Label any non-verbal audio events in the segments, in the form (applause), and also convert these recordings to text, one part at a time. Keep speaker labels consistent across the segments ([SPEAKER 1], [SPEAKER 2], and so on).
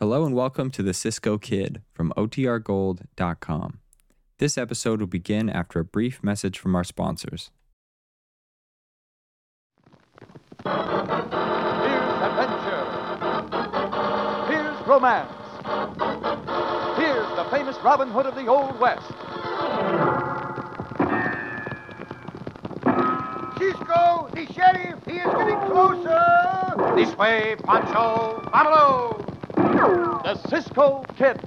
[SPEAKER 1] Hello and welcome to the Cisco Kid from OTRGold.com. This episode will begin after a brief message from our sponsors.
[SPEAKER 2] Here's adventure. Here's romance. Here's the famous Robin Hood of the Old West. Cisco, the sheriff, he is getting closer. This way, Pancho. Vámonos. The Cisco Kid.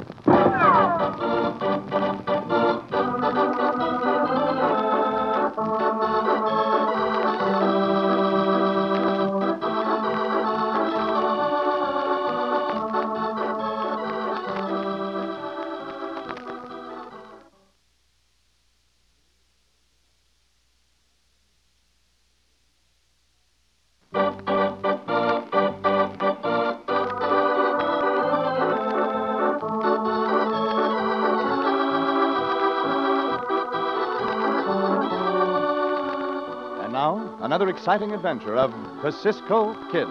[SPEAKER 2] And now, another exciting adventure of the Cisco Kid.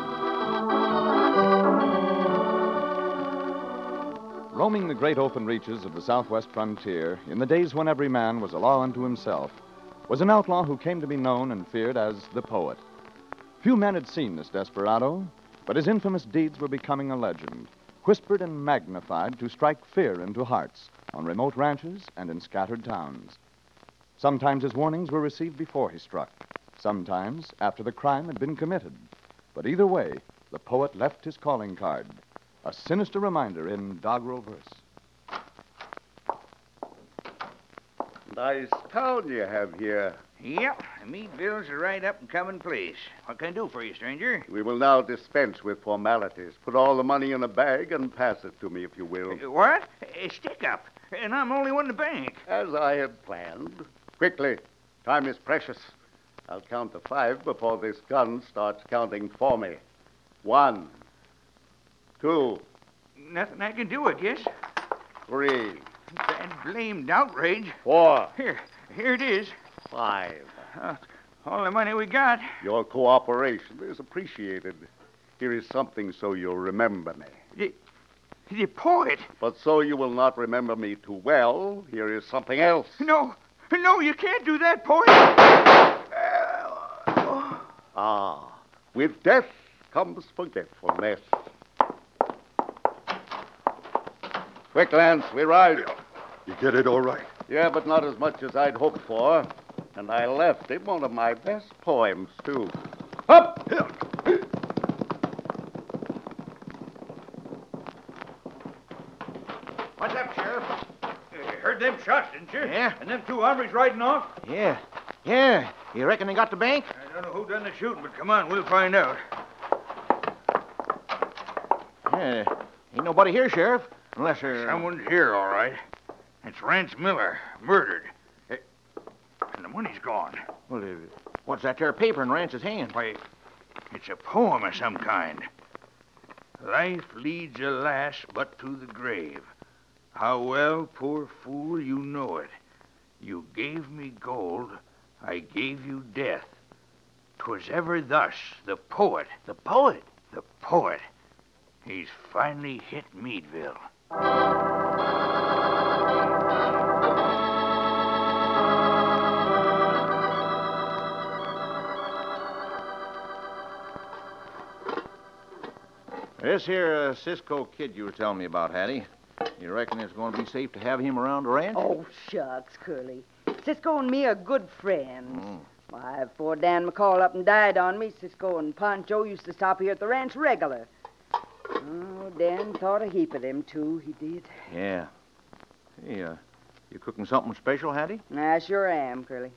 [SPEAKER 2] Roaming the great open reaches of the southwest frontier, in the days when every man was a law unto himself, was an outlaw who came to be known and feared as the poet. Few men had seen this desperado, but his infamous deeds were becoming a legend, whispered and magnified to strike fear into hearts on remote ranches and in scattered towns. Sometimes his warnings were received before he struck, sometimes after the crime had been committed. But either way, the poet left his calling card, a sinister reminder in doggerel verse.
[SPEAKER 3] Nice town you have here.
[SPEAKER 4] Yep, the meat bills are right up and coming place. What can I do for you, stranger?
[SPEAKER 3] We will now dispense with formalities. Put all the money in a bag and pass it to me, if you will.
[SPEAKER 4] Uh, What? A stick up. And I'm only one in the bank.
[SPEAKER 3] As I had planned. Quickly. Time is precious. I'll count to five before this gun starts counting for me. One, two,
[SPEAKER 4] Nothing I can do, I guess.
[SPEAKER 3] three,
[SPEAKER 4] That blamed outrage.
[SPEAKER 3] four,
[SPEAKER 4] Here, here it is.
[SPEAKER 3] five.
[SPEAKER 4] All the money we got.
[SPEAKER 3] Your cooperation is appreciated. Here is something so you'll remember me.
[SPEAKER 4] The poet.
[SPEAKER 3] But so you will not remember me too well, here is something else.
[SPEAKER 4] No, no, you can't do that, poet. Uh,
[SPEAKER 3] Ah, with death comes forgetfulness. Quick, Lance, we ride.
[SPEAKER 5] You get it all right.
[SPEAKER 3] Yeah, but not as much as I'd hoped for. And I left him one of my best poems, too. Up!
[SPEAKER 4] What's up, Sheriff? Uh, You heard them shots, didn't you? Yeah. And them two hombres riding off?
[SPEAKER 6] Yeah. Yeah. You reckon they got the bank?
[SPEAKER 4] I don't know who done the shooting, but come on, we'll find out.
[SPEAKER 6] Yeah. Eh, Ain't nobody here, Sheriff. Unless uh, they're.
[SPEAKER 4] Someone's here, all right. It's Rance Miller, murdered. Eh, And the money's gone.
[SPEAKER 6] Well, uh, what's that there paper in Rance's hand?
[SPEAKER 4] Why, it's a poem of some kind. Life leads, alas, but to the grave. How well, poor fool, you know it. You gave me gold, I gave you death. 'Twas ever thus, the poet. The poet? The poet. He's finally hit Meadville.
[SPEAKER 6] This here uh, Cisco kid you were telling me about, Hattie. You reckon it's going to be safe to have him around the ranch?
[SPEAKER 7] Oh, shucks, Curly. Cisco and me are good friends. Why, before Dan McCall up and died on me, Cisco and Pancho used to stop here at the ranch regular. Oh, Dan thought a heap of them, too, he did.
[SPEAKER 6] Yeah. Hey, uh, you cooking something special, Hattie?
[SPEAKER 7] And I sure am, Curly.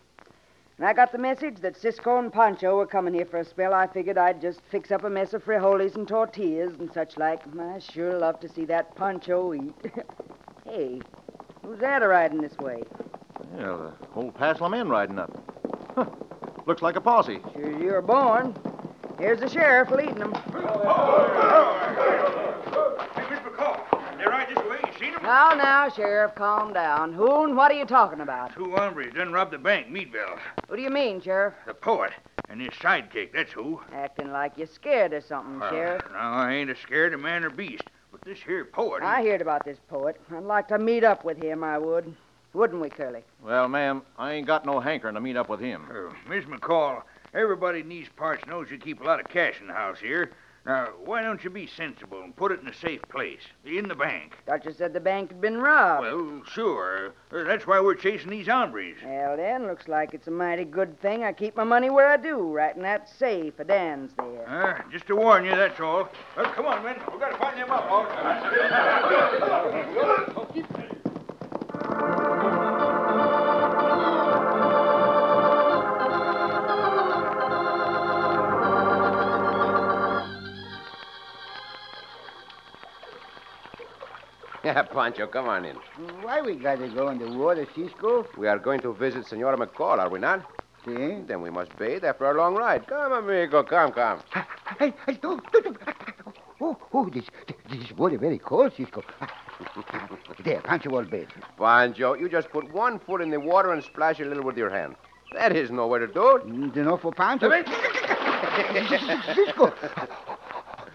[SPEAKER 7] When I got the message that Cisco and Pancho were coming here for a spell, I figured I'd just fix up a mess of frijoles and tortillas and such like. And I sure love to see that Pancho eat. (laughs) hey, who's that riding this way?
[SPEAKER 6] Yeah, the whole Paslum men riding up. Huh. Looks like a posse.
[SPEAKER 7] Sure as you're born. Here's the sheriff leading 'em.
[SPEAKER 4] Hey, Mr. McCall, they ride this way. You seen him?
[SPEAKER 7] Now, now, Sheriff, calm down. Who and what are you talking about?
[SPEAKER 4] Two hombres done robbed the bank, Meadville.
[SPEAKER 7] What do you mean, Sheriff?
[SPEAKER 4] The poet and his sidekick, that's who. Uh,
[SPEAKER 7] Acting like you're scared or something,
[SPEAKER 4] Well,
[SPEAKER 7] Sheriff.
[SPEAKER 4] Now, I ain't as scared of man or beast, but this here poet.
[SPEAKER 7] I heard about this poet. I'd like to meet up with him, I would. Wouldn't we, Curly?
[SPEAKER 6] Well, ma'am, I ain't got no hankering to meet up with him.
[SPEAKER 4] Uh, Miss McCall, everybody in these parts knows you keep a lot of cash in the house here. Now, why don't you be sensible and put it in a safe place, in the bank?
[SPEAKER 7] Doctor said the bank had been robbed.
[SPEAKER 4] Well, sure. Uh, That's why we're chasing these hombres.
[SPEAKER 7] Well, then, looks like it's a mighty good thing I keep my money where I do, right in that safe of Dan's
[SPEAKER 4] (laughs)
[SPEAKER 7] there.
[SPEAKER 4] Uh, just to warn you, that's all. Uh, come on, men. We've got to find them up. All right.
[SPEAKER 8] (laughs) Yeah, Pancho, come on in.
[SPEAKER 9] Why we gotta go in the water, Cisco?
[SPEAKER 8] We are going to visit Senora McCall, are we not?
[SPEAKER 9] See?
[SPEAKER 8] Then we must bathe after our long ride. Come, amigo, come, come.
[SPEAKER 9] Hey, hey, don't, don't, don't. Oh, oh, this, this water very cold, Cisco. there, Pancho will bathe.
[SPEAKER 8] Pancho, you just put one foot in the water and splash a little with your hand. That is no way to do it.
[SPEAKER 9] Mm, Enough for Pancho. Cisco,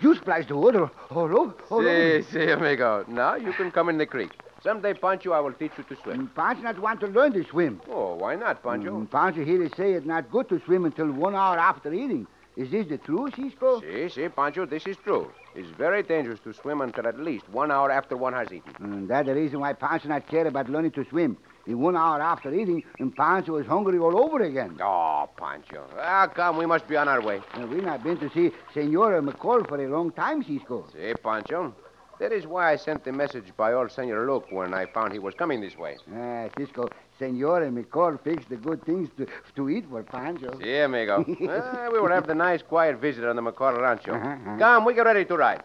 [SPEAKER 9] you splash the water all over. All over.
[SPEAKER 8] Si, si, amigo. Now you can come in the creek. Someday, Pancho, I will teach you to swim.
[SPEAKER 9] Mm, Pancho not want to learn to swim.
[SPEAKER 8] Oh, why not, Pancho?
[SPEAKER 9] Mm, Pancho here they say it's not good to swim until one hour after eating. Is this the truth, Cisco?
[SPEAKER 8] Si, si, Pancho, this is true. It's very dangerous to swim until at least one hour after one has eaten.
[SPEAKER 9] Mm, that's the reason why Pancho not care about learning to swim. In one hour after eating, and Pancho is hungry all over again.
[SPEAKER 8] Oh, Pancho. Ah, come, we must be on our way.
[SPEAKER 9] And we not been to see Senora McCall for a long time, Cisco.
[SPEAKER 8] Si, Pancho. That is why I sent the message by old Senor Luke when I found he was coming this way.
[SPEAKER 9] Ah, Cisco, Senora McCall fixed the good things to, to eat for Pancho.
[SPEAKER 8] Si,
[SPEAKER 3] (laughs)
[SPEAKER 8] amigo. Ah, we will have the nice, quiet visit on the McCall Rancho.
[SPEAKER 9] Uh-huh, uh-huh.
[SPEAKER 8] Come, we get ready to ride.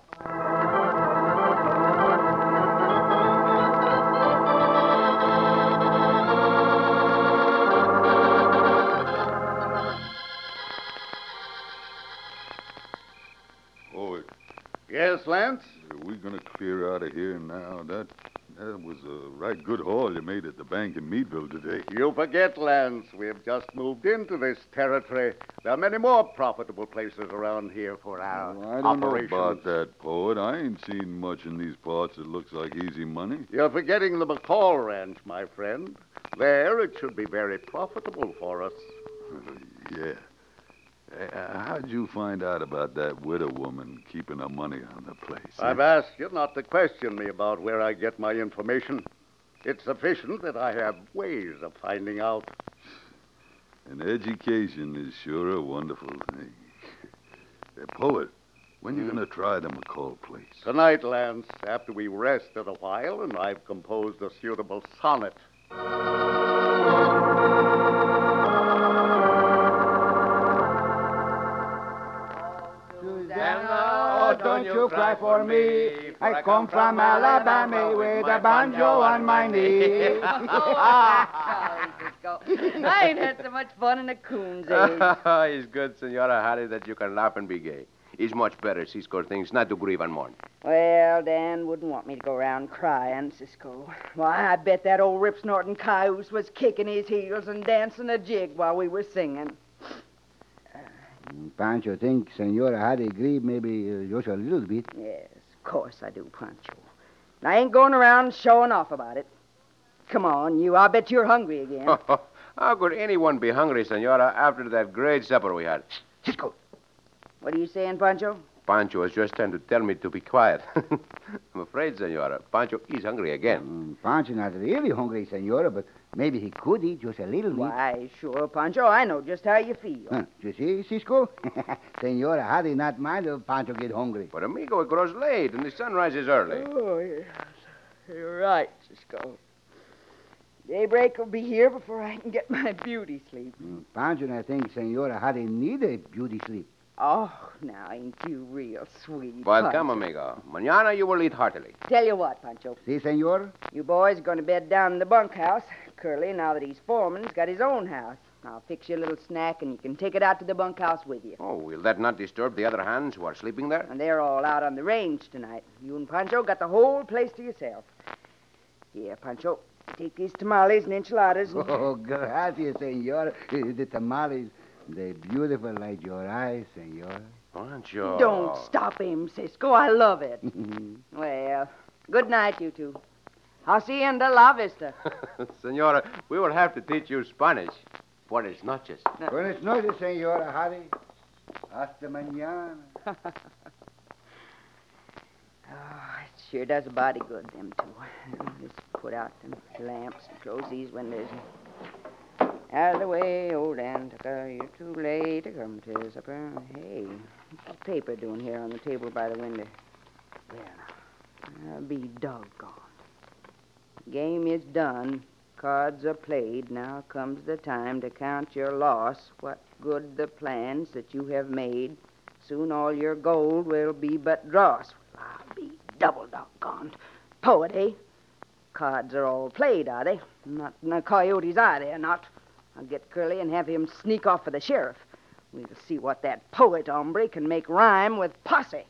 [SPEAKER 5] Oh,
[SPEAKER 3] Yes, Lance?
[SPEAKER 5] are we gonna clear out of here now? That that was a right good haul you made at the bank in Meadville today.
[SPEAKER 3] You forget, Lance. We have just moved into this territory. There are many more profitable places around here for our
[SPEAKER 5] Oh, I don't
[SPEAKER 3] operations.
[SPEAKER 5] know about that, poet. I ain't seen much in these parts that looks like easy money.
[SPEAKER 3] You're forgetting the McCall Ranch, my friend. There, it should be very profitable for us.
[SPEAKER 5] Yeah. Uh, how'd you find out about that widow woman keeping her money on the place? eh?
[SPEAKER 3] I've asked you not to question me about where I get my information. It's sufficient that I have ways of finding out.
[SPEAKER 5] An education is sure a wonderful thing. (laughs) Hey, poet, when you gonna try the McCall place?
[SPEAKER 8] Uh,
[SPEAKER 3] Tonight, Lance, after we rested a while and I've composed a suitable sonnet.
[SPEAKER 9] Susanna, oh, don't you cry for me. I come from Alabama with a banjo on my knee. (laughs)
[SPEAKER 7] Oh, Cisco. (laughs) I ain't had so much fun in
[SPEAKER 8] (laughs)
[SPEAKER 7] a coon's age.
[SPEAKER 8] it's good, Senora Harry, that you can laugh and be gay. It's much better, Cisco, things not to grieve and mourn. (laughs)
[SPEAKER 7] Well, Dan wouldn't want me to go around crying, Cisco. Why, I bet that old Rip Snorting Cayuse was kicking his heels and dancing a jig while we were singing.
[SPEAKER 9] Mm, Pancho think Senora had agreed maybe uh, just a little bit.
[SPEAKER 7] Yes, of course I do, Pancho. And I ain't going around showing off about it. Come on, you. I bet you're hungry again.
[SPEAKER 8] How could anyone be hungry, Senora, after that great supper we had?
[SPEAKER 9] Cisco,
[SPEAKER 7] What are you saying, Pancho?
[SPEAKER 8] Pancho was just trying to tell me to be quiet. (laughs) I'm afraid, Senora, Pancho is hungry again.
[SPEAKER 9] mm, Pancho not really hungry, Senora, but maybe he could eat just a little bit.
[SPEAKER 7] Why, sure, Pancho. I know just how you feel.
[SPEAKER 9] Huh, you see, Cisco? (laughs) Senora Harry not mind if Pancho get hungry.
[SPEAKER 8] But, amigo, it grows late and the sun rises early.
[SPEAKER 7] Oh, yes. You're right, Cisco. Daybreak will be here before I can get my beauty sleep.
[SPEAKER 9] Mm, Pancho not think Senora Harry need a beauty sleep.
[SPEAKER 7] Oh, now ain't you real sweet.
[SPEAKER 8] But
[SPEAKER 7] Pancho.
[SPEAKER 8] come, amigo. Mañana you will eat heartily.
[SPEAKER 7] Tell you what, Pancho.
[SPEAKER 9] See, Senor?
[SPEAKER 7] You boys going to bed down in the bunkhouse. Curly, now that he's foreman's got his own house. I'll fix you a little snack and you can take it out to the bunkhouse with you.
[SPEAKER 8] Oh, will that not disturb the other hands who are sleeping there?
[SPEAKER 7] And they're all out on the range tonight. You and Pancho got the whole place to yourself. Here, Pancho, take these tamales and enchiladas. And...
[SPEAKER 9] (laughs) Oh, gracias, Senora. The tamales, they're beautiful like your eyes, Senora.
[SPEAKER 8] Pancho.
[SPEAKER 7] Don't
[SPEAKER 8] (laughs)
[SPEAKER 7] stop him, Cisco. I love it. Mm-hmm. well, good night, you two. Hacienda la vista.
[SPEAKER 8] Senora, we will have to teach you Spanish. Buenas noches.
[SPEAKER 9] Buenas noches, Senora Harry. Hasta mañana.
[SPEAKER 7] Ah, Sure does a body good, them two. (laughs) Just put out them lamps and close these windows. Out of the way, old Antica. You're too late to come to supper. Hey, what's the paper doing here on the table by the window? Well, now, I'll be doggone. Game is done. Cards are played. Now comes the time to count your loss. What good the plans that you have made? Soon all your gold will be but dross. Well, I'll be double doggone. Poet, eh? Cards are all played, are they? Not in a coyote's eye, they're not. I'll get Curly and have him sneak off for the sheriff. We'll see what that poet hombre can make rhyme with posse.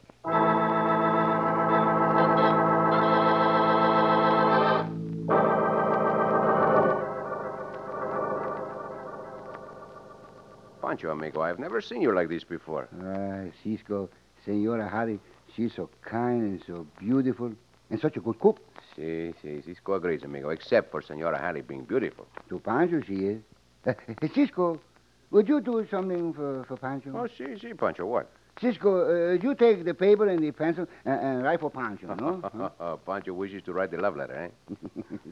[SPEAKER 8] Pancho, amigo, I've never seen you like this before.
[SPEAKER 9] Ah, Cisco, Senora Harry, she's so kind and so beautiful, and such a good cook.
[SPEAKER 8] Si, si, Cisco agrees, amigo, except for Senora Harry being beautiful.
[SPEAKER 9] To Pancho, she is. (laughs) Uh, Cisco, would you do something for, for Pancho?
[SPEAKER 8] Oh, si, si, Pancho, (laughs) what?
[SPEAKER 9] Cisco, uh, you take the paper and the pencil and, and write for Pancho, no?
[SPEAKER 8] (laughs)
[SPEAKER 9] (laughs) Huh?
[SPEAKER 8] Pancho wishes to write the love letter, eh?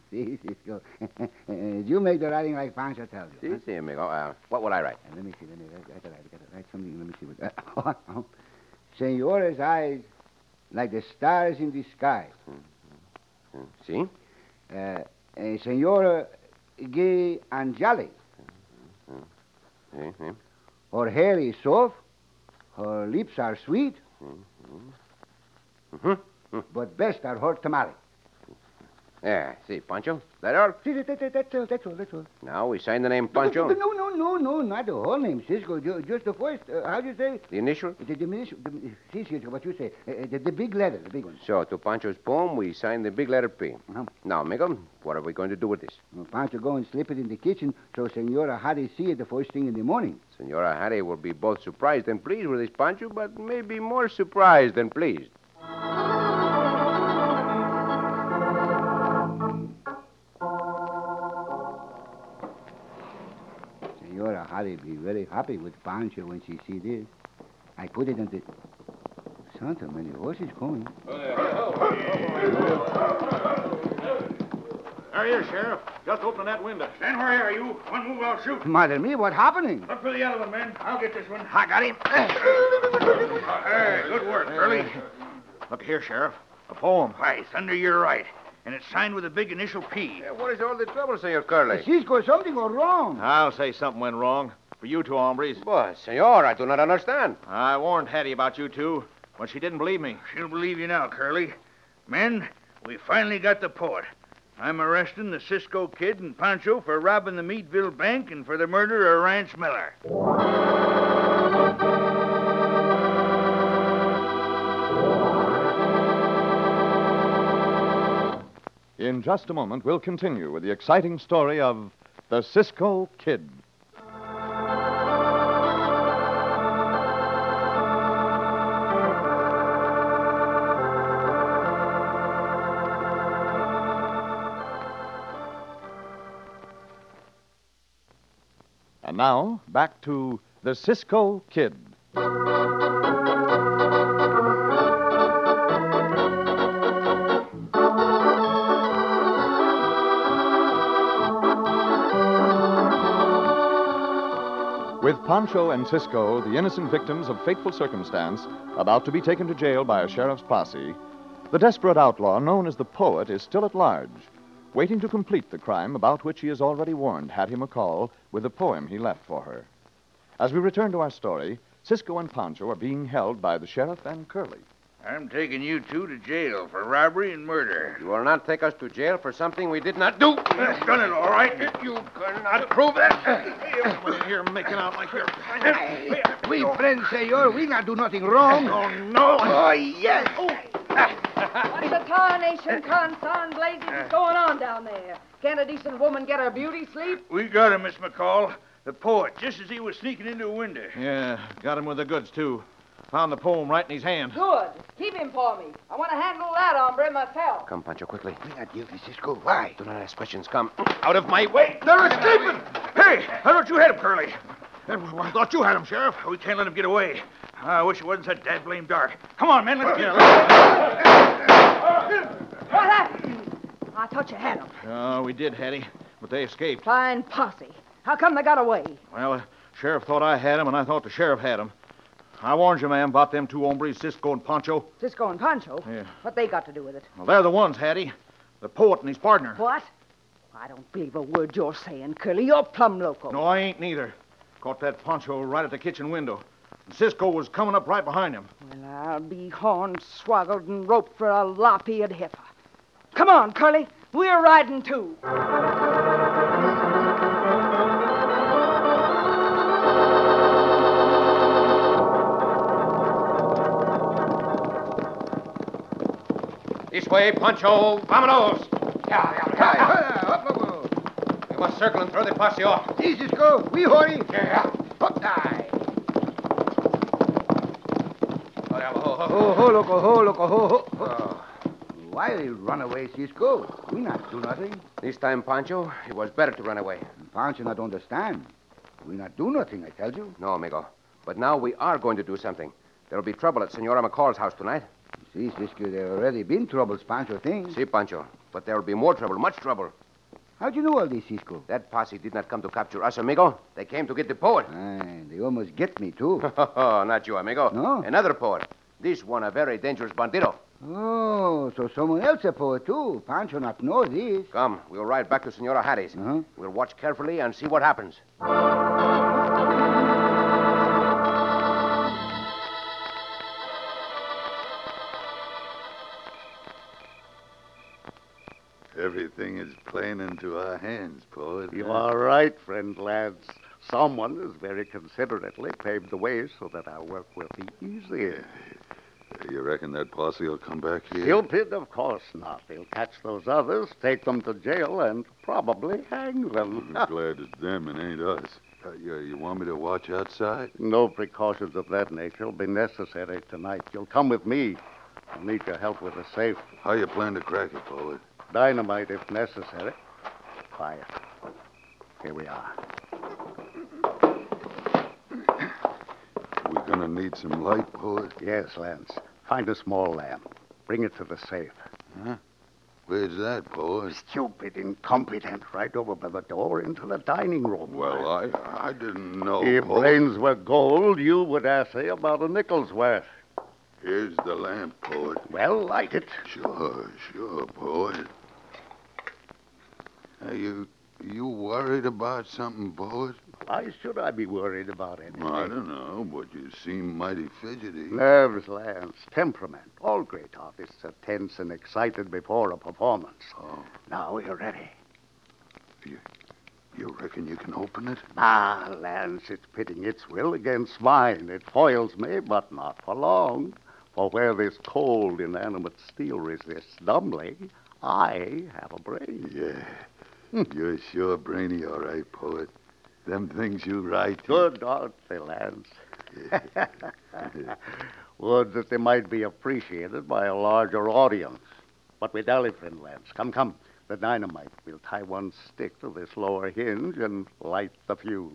[SPEAKER 9] See, Cisco, (laughs) uh, you make the writing like Pancho tells you.
[SPEAKER 8] Si,
[SPEAKER 9] huh?
[SPEAKER 8] si, amigo. Uh, what will I write?
[SPEAKER 9] Uh, let me see, let me write, I gotta, I gotta write something. Let me see what. (laughs) Uh, Senora's eyes, like the stars in the sky.
[SPEAKER 8] Hmm, Si?
[SPEAKER 9] Uh, eh, Senora Gay Angeli.
[SPEAKER 8] Si, si.
[SPEAKER 9] Her hair is soft, her lips are sweet, Mm-hmm.
[SPEAKER 8] Mhm.
[SPEAKER 9] but best are her tamales.
[SPEAKER 8] Yeah, see, Eh, Pancho. That all?
[SPEAKER 9] See, that, that, that, that's all, that's all, that's all.
[SPEAKER 8] Now we sign the name
[SPEAKER 9] No,
[SPEAKER 8] Pancho.
[SPEAKER 9] no, no, no, no, not the whole name, Cisco. Ju- Just the first, uh, how do you say?
[SPEAKER 8] The initial.
[SPEAKER 9] The diminution, the, see, Cisco, what you say. Uh, the, the big letter, the big one.
[SPEAKER 8] So, to Pancho's poem, we sign the big letter P.
[SPEAKER 9] Uh-huh.
[SPEAKER 8] Now, amigo, what are we going to do with this?
[SPEAKER 9] Pancho go and slip it in the kitchen so Senora Harry see it the first thing in the morning.
[SPEAKER 8] Senora Harry will be both surprised and pleased with this Pancho, but maybe more surprised than pleased.
[SPEAKER 9] Senora Harry be very happy with Pancho when she see this. I put it in the... Santa, many horses coming.
[SPEAKER 6] There he is, Sheriff. Just opening that window.
[SPEAKER 4] Stand where are you? One move, I'll shoot.
[SPEAKER 9] Mother me, what happening?
[SPEAKER 4] Look for the other one, man. I'll get this one. I got him. hey, good work, Curly.
[SPEAKER 6] Look here, Sheriff. A poem.
[SPEAKER 4] Why, Thunder, you're right. And it's signed with a big initial P.
[SPEAKER 8] what is all the trouble, Senor Curly?
[SPEAKER 9] Cisco, something go wrong.
[SPEAKER 6] I'll say something went wrong. For you two hombres.
[SPEAKER 8] But, Senor, I do not understand.
[SPEAKER 6] I warned Hattie about you two when she didn't believe me.
[SPEAKER 4] She'll believe you now, Curly. Men, we finally got the poet. I'm arresting the Cisco Kid and Pancho for robbing the Meadville Bank and for the murder of Ranch Miller.
[SPEAKER 2] In just a moment, we'll continue with the exciting story of the Cisco Kid. And now, back to the Cisco Kid. With Pancho and Cisco, the innocent victims of fateful circumstance, about to be taken to jail by a sheriff's posse, the desperate outlaw known as the Poet is still at large, waiting to complete the crime about which he has already warned Hattie McCall with the poem he left for her. As we return to our story, Cisco and Pancho are being held by the sheriff and Curly.
[SPEAKER 4] I'm taking you two to jail for robbery and murder.
[SPEAKER 8] You will not take us to jail for something we did not do.
[SPEAKER 4] I've done it, all right. You cannot prove that.
[SPEAKER 6] Everyone in here making out like you're.
[SPEAKER 9] We friends, senor, we not do nothing wrong.
[SPEAKER 4] Oh, no. Oh, yes.
[SPEAKER 7] What the tarnation consign blazes is going on down there? Can't a decent woman get her beauty sleep?
[SPEAKER 4] We got him, Miss McCall. The poet, just as he was sneaking into a window.
[SPEAKER 6] Yeah, got him with the goods, too.
[SPEAKER 2] Found the poem right in his hand.
[SPEAKER 7] Good. Keep him for me. I want to handle that hombre myself.
[SPEAKER 8] Come, Pancho, quickly.
[SPEAKER 10] We not guilty, Cisco. Why?
[SPEAKER 8] Do not ask questions. Come.
[SPEAKER 4] Out of my way. They're escaping. Hey, I thought you had him, Curly.
[SPEAKER 2] Eh,
[SPEAKER 4] I thought you had him, Sheriff. We can't let him get away. I wish it wasn't so dead blame dark. Come on, man, let's get
[SPEAKER 7] What happened? I thought you had him.
[SPEAKER 2] Oh, we did, Hattie, but they escaped.
[SPEAKER 7] Fine posse. How come they got away?
[SPEAKER 2] Well, the sheriff thought I had him, and I thought the sheriff had him. I warned you, ma'am, about them two hombres, Cisco and Poncho.
[SPEAKER 7] Cisco and Pancho?
[SPEAKER 2] Yeah.
[SPEAKER 7] What they got to do with it?
[SPEAKER 2] Well, they're the ones, Hattie. The poet and his partner.
[SPEAKER 7] What? I don't believe a word you're saying, Curly. You're plumb loco.
[SPEAKER 2] No, I ain't neither. Caught that Poncho right at the kitchen window. And Cisco was coming up right behind him.
[SPEAKER 7] Well, I'll be horned, swaggled, and roped for a lop-eared heifer. Come on, Curly. We're riding too.
[SPEAKER 8] This way, Pancho. Vamanos. Yeah, yeah, We must circle and throw the posse off.
[SPEAKER 10] See, Cisco. We hurry.
[SPEAKER 8] Yeah. Hop die. Oh, yeah, ho, ho,
[SPEAKER 10] Ho,
[SPEAKER 8] ho.
[SPEAKER 10] ho, loco, ho, loco, ho, ho. ho. Why we run away, Cisco? We not do nothing.
[SPEAKER 8] This time, Pancho, it was better to run away.
[SPEAKER 10] Pancho not understand. We not do nothing, I tell you.
[SPEAKER 8] No, amigo. But now we are going to do something. There'll be trouble at Senora McCall's house tonight.
[SPEAKER 10] See, Cisco, there already been troubles, Pancho things.
[SPEAKER 8] See, Pancho. But there'll be more trouble, much trouble.
[SPEAKER 10] How do you know all this, Cisco?
[SPEAKER 8] That posse did not come to capture us, amigo. They came to get the poet.
[SPEAKER 10] Aye, they almost get me,
[SPEAKER 8] (laughs)
[SPEAKER 9] (laughs)
[SPEAKER 10] too.
[SPEAKER 8] Oh, Not you, amigo.
[SPEAKER 10] No?
[SPEAKER 8] Another poet. This one a very dangerous bandito.
[SPEAKER 10] oh, so someone else a poet, too. Pancho not know this.
[SPEAKER 8] Come, we'll ride back to Senora Hattie's.
[SPEAKER 10] Uh-huh.
[SPEAKER 8] We'll watch carefully and see what happens.
[SPEAKER 5] Everything is playing into our hands, poet.
[SPEAKER 9] You are right, friend lads. Someone has very considerately paved the way so that our work will be easier.
[SPEAKER 5] You reckon that posse will come back here?
[SPEAKER 9] Stupid? Of course not. They'll catch those others, take them to jail, and probably hang them.
[SPEAKER 5] I'm glad it's them and ain't us. Uh, you, you want me to watch outside?
[SPEAKER 9] (laughs) no precautions of that nature will be necessary tonight. You'll come with me. I'll need your help with the safe.
[SPEAKER 5] How you plan to crack it, poet?
[SPEAKER 9] Dynamite if necessary. Quiet. Here we are.
[SPEAKER 5] We're gonna need some light, poet.
[SPEAKER 9] Yes, Lance. Find a small lamp. Bring it to the safe.
[SPEAKER 5] Where's that, poet?
[SPEAKER 9] Stupid, incompetent, right over by the door into the dining room.
[SPEAKER 5] Well, oh, I I didn't know.
[SPEAKER 9] If
[SPEAKER 5] poet.
[SPEAKER 9] brains were gold, you would assay about a nickel's worth.
[SPEAKER 5] Here's the lamp, poet.
[SPEAKER 9] Well, light it.
[SPEAKER 5] Sure, sure, poet. Are you you worried about something, poet?
[SPEAKER 9] Why should I be worried about anything?
[SPEAKER 5] I don't know, but you seem mighty fidgety.
[SPEAKER 9] Nerves, Lance, temperament. All great artists are tense and excited before a performance.
[SPEAKER 5] Oh.
[SPEAKER 9] Now we're ready.
[SPEAKER 5] You reckon you can open it?
[SPEAKER 9] Ah, Lance, it's pitting its will against mine. It foils me, but not for long. For where this cold, inanimate steel resists dumbly, I have a brain.
[SPEAKER 5] Yeah. You're sure brainy, all right, poet. Them things you write.
[SPEAKER 9] Good aren't they, Lance? (laughs) Would that they might be appreciated by a larger audience. But we dally, friend Lance. Come, come. The dynamite. We'll tie one stick to this lower hinge and light the fuse.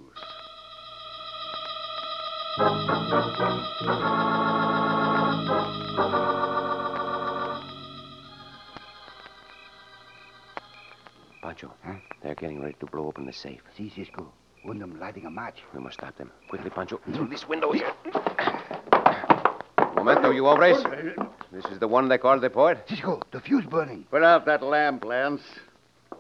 [SPEAKER 8] Pancho, they're getting ready to blow open the safe.
[SPEAKER 10] See, Cisco. One of them lighting a match.
[SPEAKER 8] We must stop them. Quickly, Pancho, through this window here. (coughs) Momento, you hombres. This is the one they call the poet.
[SPEAKER 10] Cisco, the fuse burning.
[SPEAKER 9] Put out that lamp, Lance.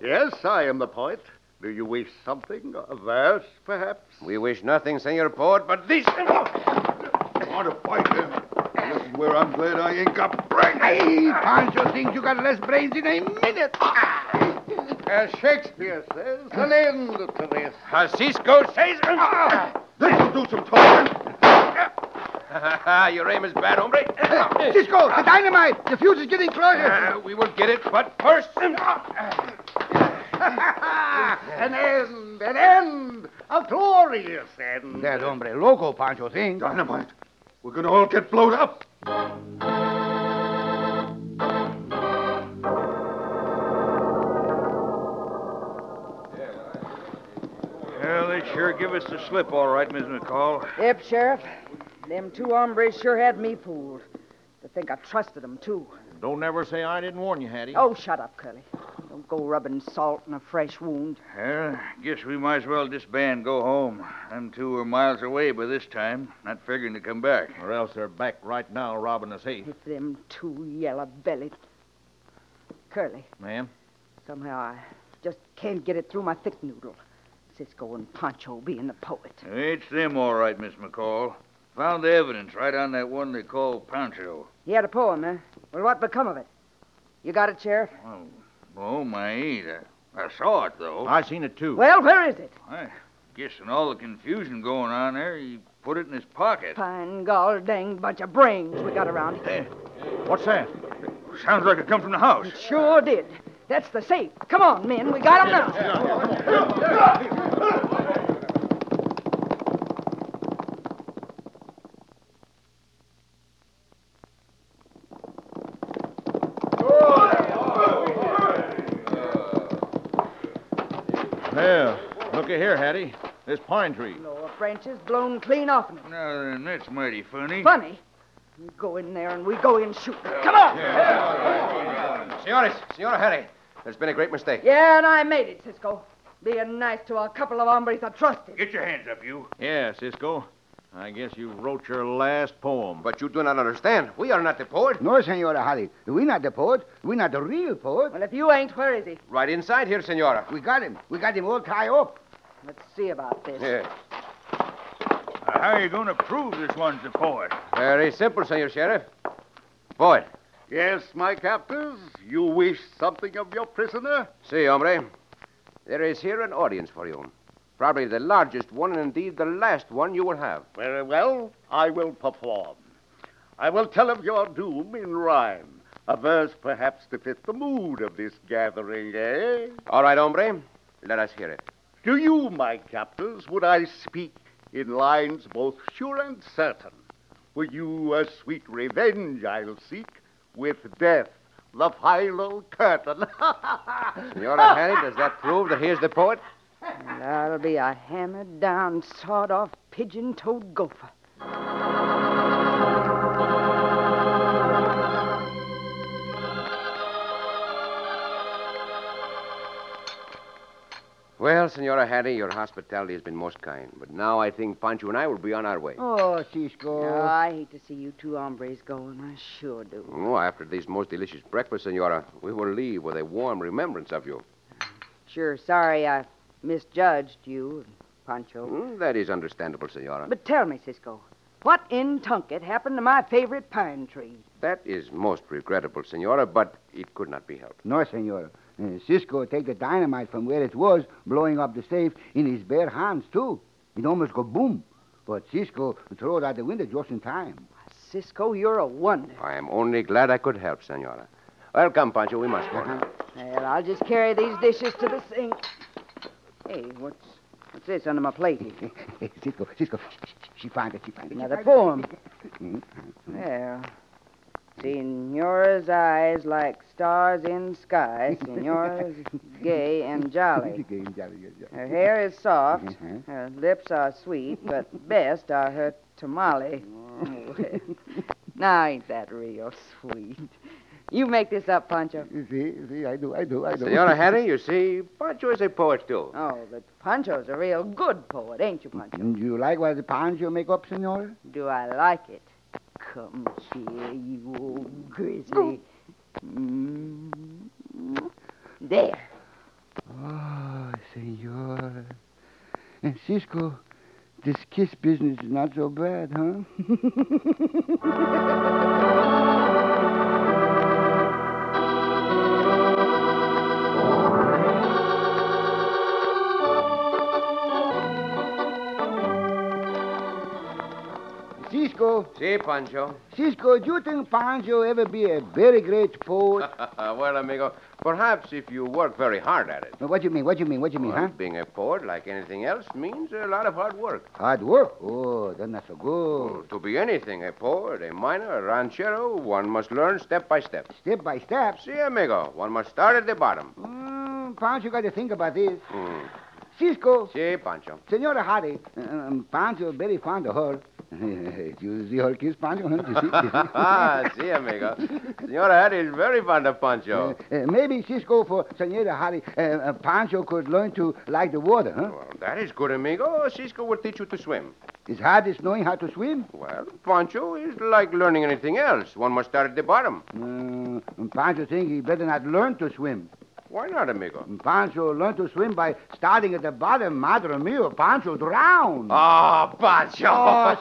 [SPEAKER 9] Yes, I am the poet. Do you wish something? A verse, perhaps?
[SPEAKER 8] We wish nothing, senor poet, but this.
[SPEAKER 5] want to fight them. This is where I'm glad I ain't got brains.
[SPEAKER 10] Hey, Pancho thinks you got less brains in a minute.
[SPEAKER 9] As Shakespeare says, an end to this.
[SPEAKER 8] As Cisco says.
[SPEAKER 5] This will do some talking.
[SPEAKER 8] (laughs) Your aim is bad, hombre.
[SPEAKER 10] Cisco, the dynamite. The fuse is getting closer.
[SPEAKER 8] Uh, we will get it, but first.
[SPEAKER 9] An end, an end, a glorious end.
[SPEAKER 10] That hombre loco, Pancho thinks.
[SPEAKER 5] Dynamite. We're going to all get blown up.
[SPEAKER 4] Well, they sure give us the slip, all right, Miss McCall.
[SPEAKER 7] Yep, Sheriff. Them two hombres sure had me fooled. To think I trusted them, too.
[SPEAKER 6] Don't ever say I didn't warn you, Hattie.
[SPEAKER 7] Oh, shut up, Curly. Don't go rubbing salt in a fresh wound.
[SPEAKER 4] Well, guess we might as well disband, go home. Them two are miles away by this time, not figuring to come back.
[SPEAKER 6] Or else they're back right now robbing us, eh?
[SPEAKER 7] If them two yellow bellied. Curly,
[SPEAKER 6] Ma'am?
[SPEAKER 7] somehow I just can't get it through my thick noodle. Cisco and Pancho being the poet.
[SPEAKER 4] It's them, all right, Miss McCall. Found the evidence right on that one they call Pancho.
[SPEAKER 7] He had a poem, huh? Well, what become of it? You got it, Sheriff?
[SPEAKER 4] Oh, oh my ain't. I, I saw it, though.
[SPEAKER 6] I seen it too.
[SPEAKER 7] Well, where is it?
[SPEAKER 4] Guess in all the confusion going on there, he put it in his pocket.
[SPEAKER 7] Fine, gall dang bunch of brains we got around here.
[SPEAKER 6] What's that?
[SPEAKER 4] Sounds like it come from the house.
[SPEAKER 7] Sure did. That's the safe. Come on, men. We got 'em now.
[SPEAKER 6] Yeah. Looky here, Hattie. This pine tree.
[SPEAKER 7] Lower branches blown clean off 'em.
[SPEAKER 4] Now then, that's mighty funny.
[SPEAKER 7] Funny. We go in there and we go in shooting. Come on.
[SPEAKER 8] Senores, Senora Hattie, there's been a great mistake.
[SPEAKER 7] Yeah, and I made it, Cisco. Being nice to a couple of hombres I trusted.
[SPEAKER 4] Get your hands up, you.
[SPEAKER 6] Yeah, Cisco. I guess you wrote your last poem.
[SPEAKER 8] But you do not understand. We are not the poet.
[SPEAKER 9] No, Senora Hattie. We're not the poet. We're not the real poet.
[SPEAKER 7] Well, if you ain't, where is he?
[SPEAKER 8] Right inside here, Senora.
[SPEAKER 9] We got him. We got him all tied up.
[SPEAKER 7] Let's see about this.
[SPEAKER 8] Yes.
[SPEAKER 4] Now, how are you going to prove this one's the poet?
[SPEAKER 8] Very simple, Senor Sheriff. Poet.
[SPEAKER 3] Yes, my captors, you wish something of your prisoner?
[SPEAKER 8] See, hombre. There is here an audience for you. Probably the largest one, and indeed the last one you will have.
[SPEAKER 3] Very well, I will perform. I will tell of your doom in rhyme. A verse perhaps to fit the mood of this gathering, eh?
[SPEAKER 8] All right, hombre. Let us hear it.
[SPEAKER 3] To you, my captors, would I speak in lines both sure and certain. For you a sweet revenge I'll seek with death, the final curtain.
[SPEAKER 8] Senora Hattie, does that prove that he is the poet?
[SPEAKER 7] And I'll be a hammered down, sawed off, pigeon toed gopher.
[SPEAKER 8] Well, Senora Hattie, your hospitality has been most kind. But now I think Pancho and I will be on our way.
[SPEAKER 9] Oh, Cisco.
[SPEAKER 7] Oh, I hate to see you two hombres going. I sure do.
[SPEAKER 8] Oh, after these most delicious breakfasts, Senora, we will leave with a warm remembrance of you.
[SPEAKER 7] Sure, sorry I misjudged you and Pancho.
[SPEAKER 8] Mm, that is understandable, Senora.
[SPEAKER 7] But tell me, Cisco, what in Tunket happened to my favorite pine tree?
[SPEAKER 8] That is most regrettable, Senora, but it could not be helped.
[SPEAKER 9] No, Senora. Uh, Cisco take the dynamite from where it was, blowing up the safe in his bare hands, too. It almost go boom. But Cisco throw it out the window just in time.
[SPEAKER 7] Cisco, you're a wonder.
[SPEAKER 8] I am only glad I could help, Senora. Well, come, Pancho, we must
[SPEAKER 7] (laughs)
[SPEAKER 8] go now.
[SPEAKER 7] Well, I'll just carry these dishes to the sink. Hey, what's what's this under my plate here?
[SPEAKER 9] Cisco, Cisco, sh- sh- sh- she find it, she find it.
[SPEAKER 7] Another poem. Well, Senora's eyes like stars in sky. Senora's gay and jolly. Her hair is soft,
[SPEAKER 9] Mhm.
[SPEAKER 7] her lips are sweet, but best are her tamale. now, ain't that real sweet? You make this up, Pancho.
[SPEAKER 9] See, see, I do, I do, I do.
[SPEAKER 8] Senora Hattie, you see, Pancho is a poet, too.
[SPEAKER 7] Oh, but Pancho's a real good poet, ain't you, Pancho?
[SPEAKER 9] And you like what the pounds you make up, Senora?
[SPEAKER 7] Do I like it? Come here, you old grizzly. Oh. Mm. There.
[SPEAKER 9] Oh, Senora. And Cisco, this kiss business is not so bad, huh? Cisco,
[SPEAKER 8] See, Pancho. (laughs)
[SPEAKER 9] Cisco, do you think Pancho ever be a very great poet?
[SPEAKER 8] well, amigo, Perhaps if you work very hard at it.
[SPEAKER 7] Now, What do you mean? What do you mean? Uh. What do you mean,
[SPEAKER 8] Well,
[SPEAKER 7] huh?
[SPEAKER 8] Being a poet, like anything else, means a lot of hard work. Oh,
[SPEAKER 7] Hard work? Oh, then that's so good.
[SPEAKER 8] To be anything, a poet, a miner, a ranchero, one must learn step by step.
[SPEAKER 7] Step by step.
[SPEAKER 8] See, amigo, one must start at the bottom.
[SPEAKER 7] Mm, Pancho, you got to think about this.
[SPEAKER 8] Mm.
[SPEAKER 7] Cisco,
[SPEAKER 8] See, Pancho. (laughs)
[SPEAKER 7] Senora Harry, um, Pancho very fond of her. (laughs) you see her kiss, Pancho? huh? You
[SPEAKER 8] ah,
[SPEAKER 7] see? (laughs)
[SPEAKER 8] see, amigo. Senora Hattie is very fond of Pancho.
[SPEAKER 7] Uh, uh, maybe Cisco for Senora Harry, uh, uh, Pancho could learn to like the water, huh?
[SPEAKER 8] Well, that is good, amigo. Cisco will teach you to swim.
[SPEAKER 7] It's hard as knowing how to swim.
[SPEAKER 8] Well, Pancho is like learning anything else. One must start at the bottom.
[SPEAKER 7] Mm, Pancho think he better not learn to swim.
[SPEAKER 8] Why not, amigo?
[SPEAKER 7] Pancho learn to swim by starting at the bottom. Madre mia, Pancho drown.
[SPEAKER 8] (laughs) Ah, Pancho!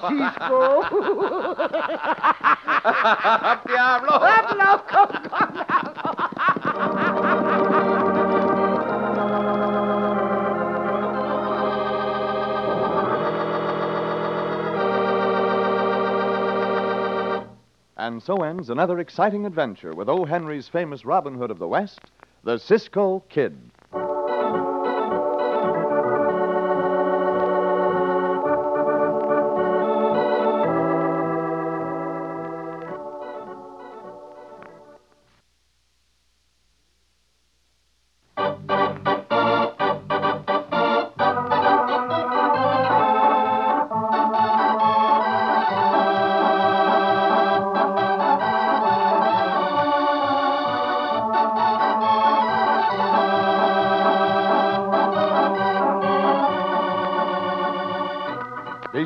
[SPEAKER 7] Oh, Cisco. (laughs)
[SPEAKER 8] Oh, Diablo!
[SPEAKER 2] And so ends another exciting adventure with O. Henry's famous Robin Hood of the West, the Cisco Kid. Be